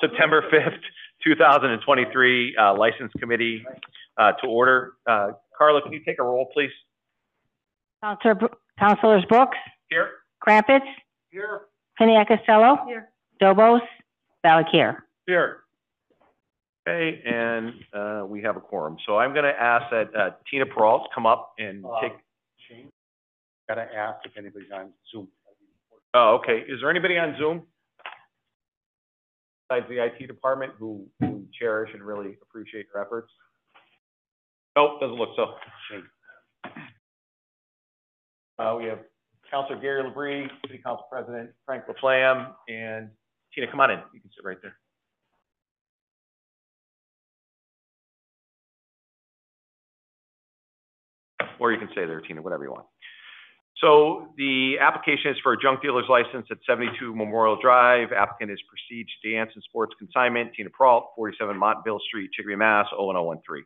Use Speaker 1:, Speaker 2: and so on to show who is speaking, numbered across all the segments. Speaker 1: September 5th, 2023 uh, License Committee uh, to order. Uh, Carla, can you take a roll, please?
Speaker 2: Counselor, Bro- Counselors Brooks,
Speaker 1: Here.
Speaker 2: Crumpets,
Speaker 1: Here.
Speaker 2: Piniac Costello. Dobos, Valakir.
Speaker 1: Here. Okay, and uh, we have a quorum. So I'm going to ask that uh, Tina Peralta come up and
Speaker 3: Uh,
Speaker 1: take,
Speaker 3: Shane, gotta ask if anybody's on Zoom.
Speaker 1: oh, okay. Is there anybody on Zoom? Besides the IT department who who cherish and really appreciate your efforts? Nope, doesn't look so.
Speaker 3: Shane,
Speaker 1: Uh, we have Counselor Gary Labrie, City Council President Frank Laflamme, and Tina, come on in. You can sit right there. Or you can stay there, Tina, whatever you want. So the application is for a junk dealer's license at 72 Memorial Drive. Applicant is Prestige Dance and Sports Consignment, Tina Peralt, 47 Montville Street, Chicopee, Mass. 01013.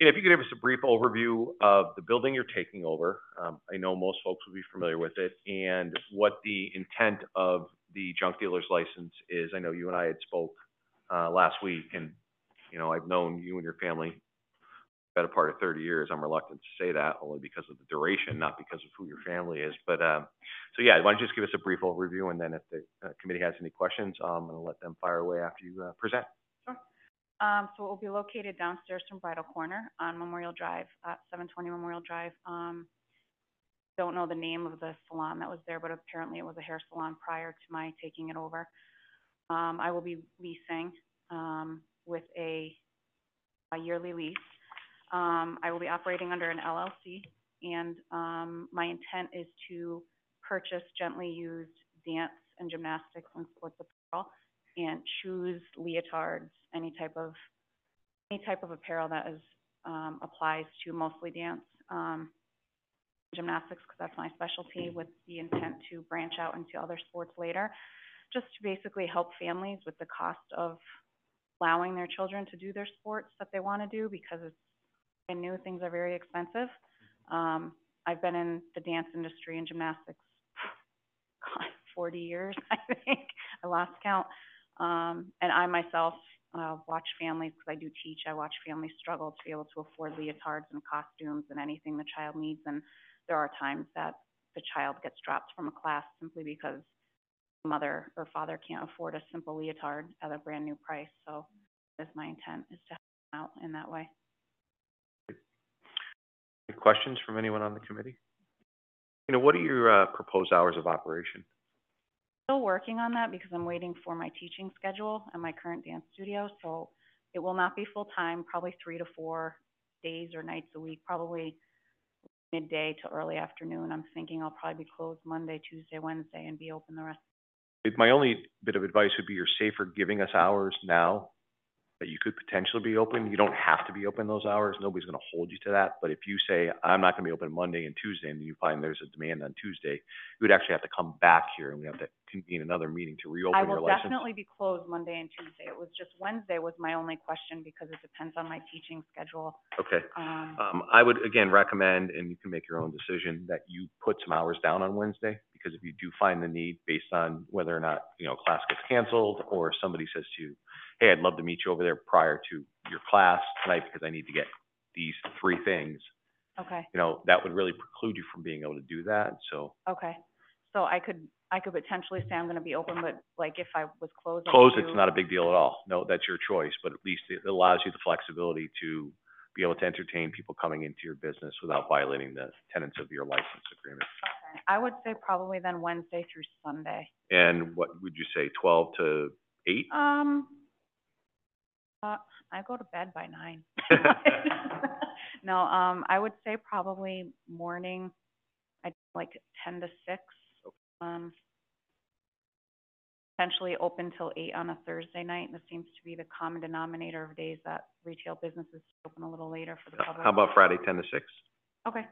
Speaker 1: Tina, if you could give us a brief overview of the building you're taking over, um, I know most folks will be familiar with it, and what the intent of the junk dealer's license is. I know you and I had spoke, uh, last week, and, you know, I've known you and your family better part of thirty years. I'm reluctant to say that, only because of the duration, not because of who your family is, but, um, so yeah, why don't you just give us a brief overview, and then if the uh, committee has any questions, um, I'm gonna let them fire away after you, uh, present.
Speaker 4: Um, so it will be located downstairs from Bridal Corner on Memorial Drive, uh, seven twenty Memorial Drive. Um, don't know the name of the salon that was there, but apparently it was a hair salon prior to my taking it over. Um, I will be leasing, um, with a, a yearly lease. Um, I will be operating under an LLC and, um, my intent is to purchase gently used dance and gymnastics and sports apparel and shoes, leotards, any type of, any type of apparel that is, um, applies to mostly dance, um, gymnastics, because that's my specialty, with the intent to branch out into other sports later, just to basically help families with the cost of allowing their children to do their sports that they want to do, because it's, I knew things are very expensive. Um, I've been in the dance industry and gymnastics, God, forty years, I think, I lost count. Um, and I myself, uh, watch families, because I do teach, I watch families struggle to be able to afford leotards and costumes and anything the child needs. And there are times that the child gets dropped from a class simply because mother or father can't afford a simple leotard at a brand new price. So that's my intent, is to help out in that way.
Speaker 1: Any questions from anyone on the committee? You know, what are your, uh, proposed hours of operation?
Speaker 4: Still working on that because I'm waiting for my teaching schedule and my current dance studio, so it will not be full-time, probably three to four days or nights a week, probably midday to early afternoon. I'm thinking I'll probably be closed Monday, Tuesday, Wednesday, and be open the rest.
Speaker 1: it- my only bit of advice would be you're safer giving us hours now that you could potentially be open. You don't have to be open those hours. Nobody's going to hold you to that. But if you say, I'm not going to be open Monday and Tuesday, and you find there's a demand on Tuesday, you would actually have to come back here and we have to convene another meeting to
Speaker 4: I
Speaker 1: reopen your
Speaker 4: will
Speaker 1: license.
Speaker 4: definitely be closed Monday and Tuesday. It was just Wednesday was my only question because it depends on my teaching schedule.
Speaker 1: Okay.
Speaker 4: Um,
Speaker 1: Um, I would again recommend, and you can make your own decision, that you put some hours down on Wednesday, because if you do find the need based on whether or not, you know, class gets canceled, or somebody says to you, hey, I'd love to meet you over there prior to your class tonight because I need to get these three things,
Speaker 4: okay.
Speaker 1: you know, that would really preclude you from being able to do that, so
Speaker 4: Okay, so I could, I could potentially say I'm gonna be open, but like if I was closed. I could
Speaker 1: close, it's
Speaker 4: do-
Speaker 1: not a big deal at all. No, that's your choice, but at least it allows you the flexibility to be able to entertain people coming into your business without violating the tenets of your license agreement.
Speaker 4: Okay. I would say probably then Wednesday through Sunday.
Speaker 1: And what would you say, twelve to eight?
Speaker 4: Um, uh, I go to bed by nine. No, um, I would say probably morning, I, like ten to six. Um, potentially open till eight on a Thursday night. That seems to be the common denominator of days that retail businesses open a little later for the public.
Speaker 1: Uh, How about Friday, ten to six?
Speaker 4: Okay,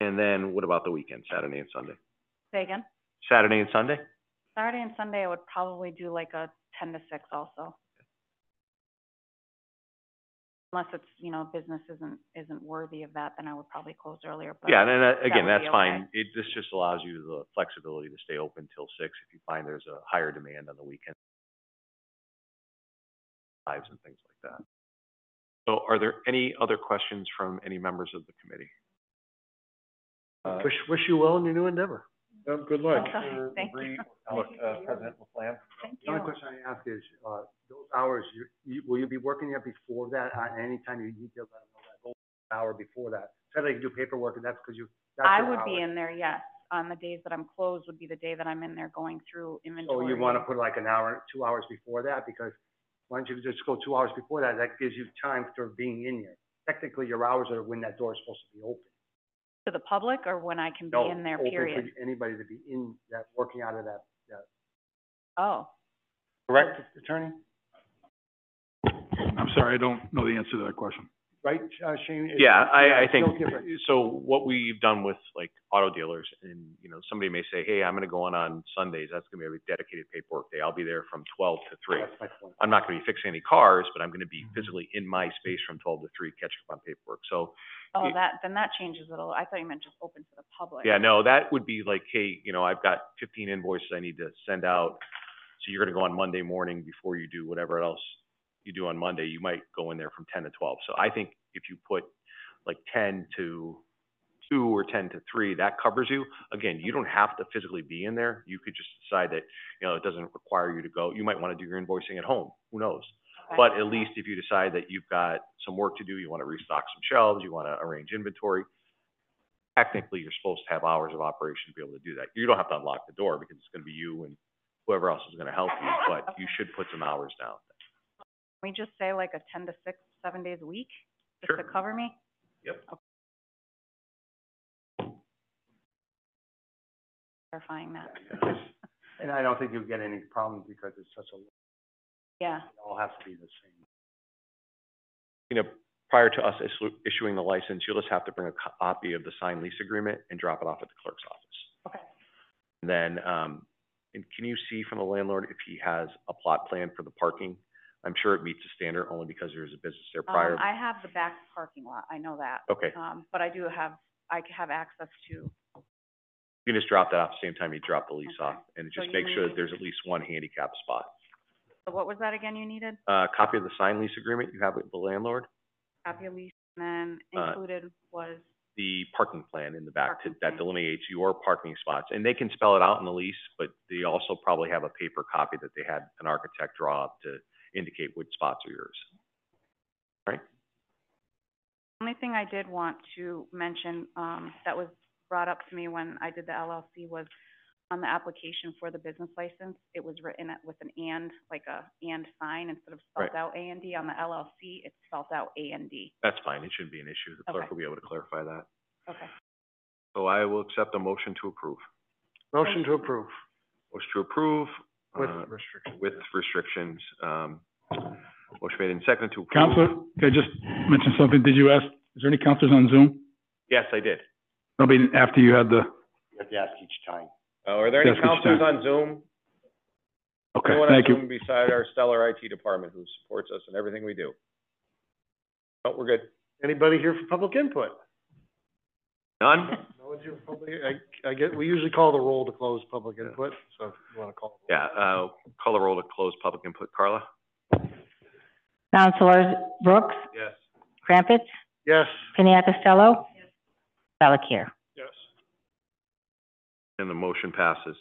Speaker 1: And then what about the weekend, Saturday and Sunday?
Speaker 4: say again.
Speaker 1: Saturday and Sunday?
Speaker 4: Saturday and Sunday, I would probably do like a ten to six also. Unless it's, you know, business isn't, isn't worthy of that, then I would probably close earlier, but.
Speaker 1: Yeah, and then, uh, again,
Speaker 4: would be
Speaker 1: that's fine. It, this just allows you the flexibility to stay open till six if you find there's a higher demand on the weekend. lives and things like that. So are there any other questions from any members of the committee?
Speaker 3: Uh,
Speaker 5: Wish, wish you well in your new endeavor. Um,
Speaker 3: Good luck.
Speaker 4: Okay, thank you.
Speaker 5: Oh,
Speaker 3: uh, President LaFlamme.
Speaker 4: Thank
Speaker 5: The only
Speaker 4: you.
Speaker 5: question I ask is, uh, those hours, you, you, will you be working there before that, uh, anytime you need to let them know that, go an hour before that? Said they do paperwork and that's because you, that's
Speaker 4: I
Speaker 5: your
Speaker 4: would be
Speaker 5: hours.
Speaker 4: in there, yes. On the days that I'm closed would be the day that I'm in there going
Speaker 1: Oh,
Speaker 4: through
Speaker 5: So
Speaker 4: inventory.
Speaker 5: you wanna put like an hour, two hours before that, because why don't you just go two hours before that, that gives you time for being in there. Technically, your hours are when that door is supposed to be open.
Speaker 4: To the public or when I can be
Speaker 5: No,
Speaker 4: in there,
Speaker 5: open for
Speaker 4: period?
Speaker 5: Anybody to be in that, working out of that,
Speaker 4: Oh,
Speaker 5: correct, attorney?
Speaker 6: I'm sorry, I don't know the answer to that question.
Speaker 5: Right, uh, Shane? It's-
Speaker 1: Yeah, I, I
Speaker 5: it's
Speaker 1: think,
Speaker 5: still different.
Speaker 1: so what we've done with like auto dealers and, you know, somebody may say, hey, I'm gonna go in on Sundays, that's gonna be a dedicated paperwork day, I'll be there from twelve to three.
Speaker 5: That's my point.
Speaker 1: I'm not gonna be fixing any cars, but I'm gonna be
Speaker 5: Mm-hmm.
Speaker 1: physically in my space from twelve to three catching up on paperwork. So,
Speaker 4: oh,
Speaker 1: It-
Speaker 4: that, then that changes it a little. I thought you meant just open to the public.
Speaker 1: yeah, no, that would be like, hey, you know, I've got fifteen invoices I need to send out. So you're gonna go on Monday morning before you do whatever else you do on Monday, you might go in there from ten to twelve. So I think if you put like ten to two or ten to three, that covers you. Again, you don't have to physically be in there. You could just decide that, you know, it doesn't require you to go. You might wanna do your invoicing at home, who knows?
Speaker 4: Okay.
Speaker 1: But at least if you decide that you've got some work to do, you want to restock some shelves, you want to arrange inventory, technically, you're supposed to have hours of operation to be able to do that. You don't have to unlock the door because it's going to be you and whoever else is going to help you, but you
Speaker 4: Okay.
Speaker 1: should put some hours down.
Speaker 4: Can we just say like a ten to six, seven days a week?
Speaker 1: Sure.
Speaker 4: Just to cover me?
Speaker 1: Yep.
Speaker 4: Okay. Clarifying that.
Speaker 5: And I don't think you'll get any problems because it's such a, it
Speaker 4: Yeah,
Speaker 5: all has to be the same.
Speaker 1: You know, prior to us issu- issuing the license, you'll just have to bring a co- copy of the signed lease agreement and drop it off at the clerk's office.
Speaker 4: okay.
Speaker 1: And then, um, and can you see from the landlord if he has a plot plan for the parking? I'm sure it meets the standard only because there's a business there prior.
Speaker 4: Um, I have the back parking lot, I know that.
Speaker 1: Okay,
Speaker 4: Um, but I do have, I have access to,
Speaker 1: you can just drop that off the same time you drop the lease
Speaker 4: Okay.
Speaker 1: off, and
Speaker 4: So
Speaker 1: just
Speaker 4: you
Speaker 1: make sure
Speaker 4: need-
Speaker 1: that there's at least one handicap spot.
Speaker 4: so what was that again you needed?
Speaker 1: Uh, copy of the signed lease agreement you have with the landlord,
Speaker 4: Copy of lease, and then
Speaker 1: Uh,
Speaker 4: included was,
Speaker 1: the parking plan in the back to-
Speaker 4: Parking plan.
Speaker 1: that delineates your parking spots, and they can spell it out in the lease, but they also probably have a paper copy that they had an architect draw up to indicate which spots are yours.
Speaker 4: only thing I did want to mention, um, that was brought up to me when I did the LLC was on the application for the business license, it was written at- with an and, like a and sign instead of spelled
Speaker 1: Right.
Speaker 4: out A and D. On the LLC, it's spelled out A and D.
Speaker 1: That's fine, it shouldn't be an issue, the
Speaker 4: Okay.
Speaker 1: clerk will be able to clarify that.
Speaker 4: Okay.
Speaker 1: So I will accept a motion to approve.
Speaker 5: Motion to approve
Speaker 1: Motion to approve,
Speaker 5: with
Speaker 1: uh,
Speaker 5: restrictions.
Speaker 1: with restrictions, um, motion made and seconded to approve.
Speaker 6: Counselor, can I just mention something? Did you ask, is there any counselors on Zoom?
Speaker 1: Yes, I did.
Speaker 6: Nobody after you had the,
Speaker 5: You have to ask each time.
Speaker 1: Uh, Are there
Speaker 6: Yes,
Speaker 1: any
Speaker 6: Mr.
Speaker 1: counselors
Speaker 6: Stein.
Speaker 1: on Zoom?
Speaker 6: okay,
Speaker 1: Anyone on
Speaker 6: thank you.
Speaker 1: Zoom beside our stellar IT department who supports us in everything we do? No, we're good.
Speaker 5: Anybody here for public input?
Speaker 1: None?
Speaker 5: No one's here for public, I, I get, we usually call the roll to close public input, so if you wanna call. the roll.
Speaker 1: Yeah, uh, call the roll to close public input. Carla?
Speaker 2: Counselors Brooks,
Speaker 1: Yes.
Speaker 2: Crumpets,
Speaker 5: Yes.
Speaker 2: Piniac Costello, Valakir.
Speaker 5: Yes.
Speaker 1: And the motion passes.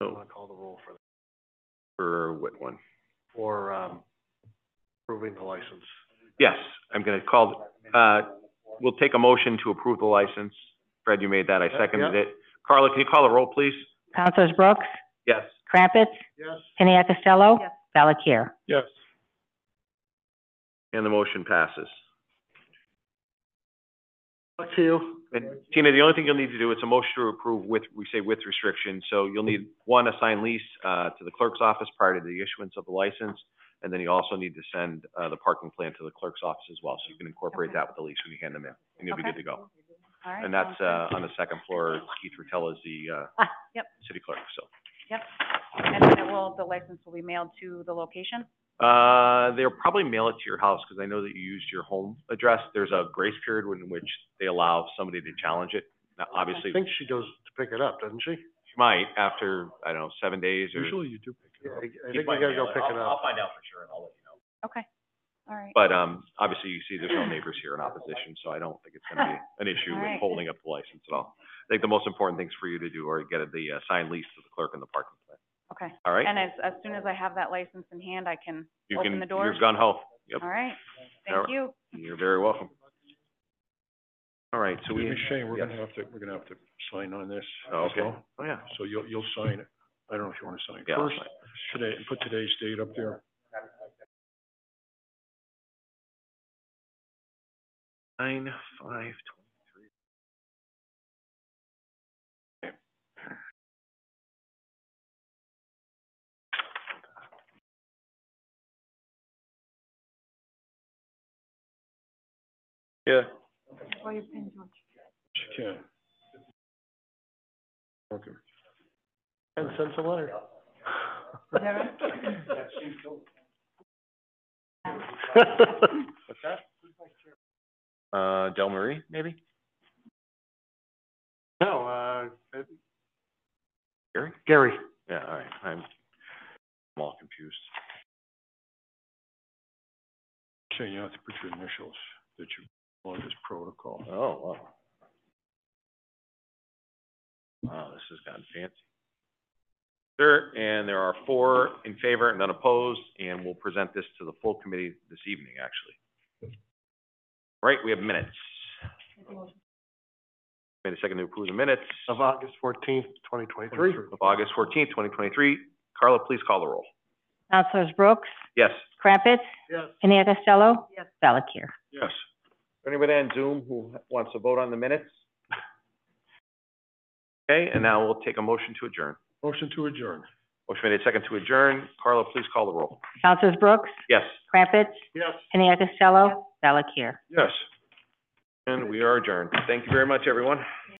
Speaker 5: I
Speaker 1: So
Speaker 5: wanna call the roll for, that.
Speaker 1: for what one?
Speaker 5: for, um, approving the license.
Speaker 1: Yes, I'm gonna call, uh, we'll take a motion to approve the license. Fred, you made that. I
Speaker 5: Yeah,
Speaker 1: seconded
Speaker 5: yeah.
Speaker 1: it. Carla, can you call the roll, please?
Speaker 2: Counselors Brooks,
Speaker 1: Yes.
Speaker 2: Crumpets,
Speaker 5: Yes.
Speaker 2: Piniac Costello,
Speaker 4: Yes.
Speaker 2: Valakir.
Speaker 5: Yes.
Speaker 1: And the motion passes.
Speaker 5: Back to you.
Speaker 1: And Tina, the only thing you'll need to do, it's a motion to approve with, we say with restrictions, so you'll need, one, a signed lease, uh, to the clerk's office prior to the issuance of the license, and then you also need to send, uh, the parking plan to the clerk's office as well, so you can incorporate
Speaker 4: Okay.
Speaker 1: that with the lease when you hand them in, and you'll be good to go.
Speaker 4: All right.
Speaker 1: And that's,
Speaker 4: sounds good.
Speaker 1: uh, on the second floor, Keith Rattell is the, uh,
Speaker 4: Ah, yep.
Speaker 1: city clerk, so.
Speaker 4: Yep. And then it will, the license will be mailed to the location?
Speaker 1: Uh, they'll probably mail it to your house, because I know that you used your home address, there's a grace period in which they allow somebody to challenge it. Now, obviously,
Speaker 5: I think she goes to pick it up, doesn't she?
Speaker 1: You might, after, I don't know, seven days or,
Speaker 6: Usually you do pick it
Speaker 5: Yeah,
Speaker 6: up.
Speaker 5: I I think we gotta go pick it up.
Speaker 7: find out for sure and I'll let you know.
Speaker 4: Okay, all right.
Speaker 1: but, um, obviously you see there's no neighbors here in opposition, so I don't think it's gonna be an issue with
Speaker 4: Alright.
Speaker 1: holding up the license at all. I think the most important things for you to do are get the, uh, signed lease to the clerk in the parking plan,
Speaker 4: Okay.
Speaker 1: all right?
Speaker 4: And as, as soon as I have that license in hand, I can
Speaker 1: You
Speaker 4: open
Speaker 1: can-
Speaker 4: the doors.
Speaker 1: You're gun ho, yep,
Speaker 4: All right,
Speaker 1: All
Speaker 4: thank you.
Speaker 1: you're very welcome. All right, so we,
Speaker 6: Excuse me, Shane, we're
Speaker 1: yes.
Speaker 6: gonna have to, we're gonna have to sign on this.
Speaker 1: Oh,
Speaker 6: as
Speaker 1: okay.
Speaker 6: well.
Speaker 1: oh, yeah,
Speaker 6: So you'll, you'll sign it. I don't know if you wanna sign
Speaker 1: yeah.
Speaker 6: first today, put today's date up there.
Speaker 1: Nine, five, twenty-three. Yeah,
Speaker 6: She can. Okay.
Speaker 5: And send a letter.
Speaker 1: what's that? Uh, Del Marie, maybe?
Speaker 5: No, uh, it-
Speaker 1: Gary?
Speaker 5: Gary.
Speaker 1: Yeah, all right, I'm, I'm all confused.
Speaker 6: Shane, you have to put your initials that you, on this protocol.
Speaker 1: Oh, wow. Wow, this has gotten fancy. There, and there are four in favor and none opposed, and we'll present this to the full committee this evening, actually. Right, we have minutes. Wait a second to approve the minutes
Speaker 5: Of August fourteenth, twenty twenty-three.
Speaker 1: of August fourteenth, twenty twenty-three. Carla, please call the roll.
Speaker 2: Councilors Brooks,
Speaker 1: Yes.
Speaker 2: Crumpets,
Speaker 5: Yes.
Speaker 2: Piniac Costello,
Speaker 4: Yes.
Speaker 2: Valakir.
Speaker 6: Yes.
Speaker 1: Anybody on Zoom who wants to vote on the minutes? Okay, and now we'll take a motion to adjourn.
Speaker 6: Motion to adjourn.
Speaker 1: Motion made and second to adjourn. Carla, please call the roll.
Speaker 2: Councilors Brooks,
Speaker 1: Yes,
Speaker 2: Crumpets,
Speaker 5: Yes.
Speaker 2: Piniac Costello, Valakir.
Speaker 6: Yes.
Speaker 1: and we are adjourned. Thank you very much, everyone.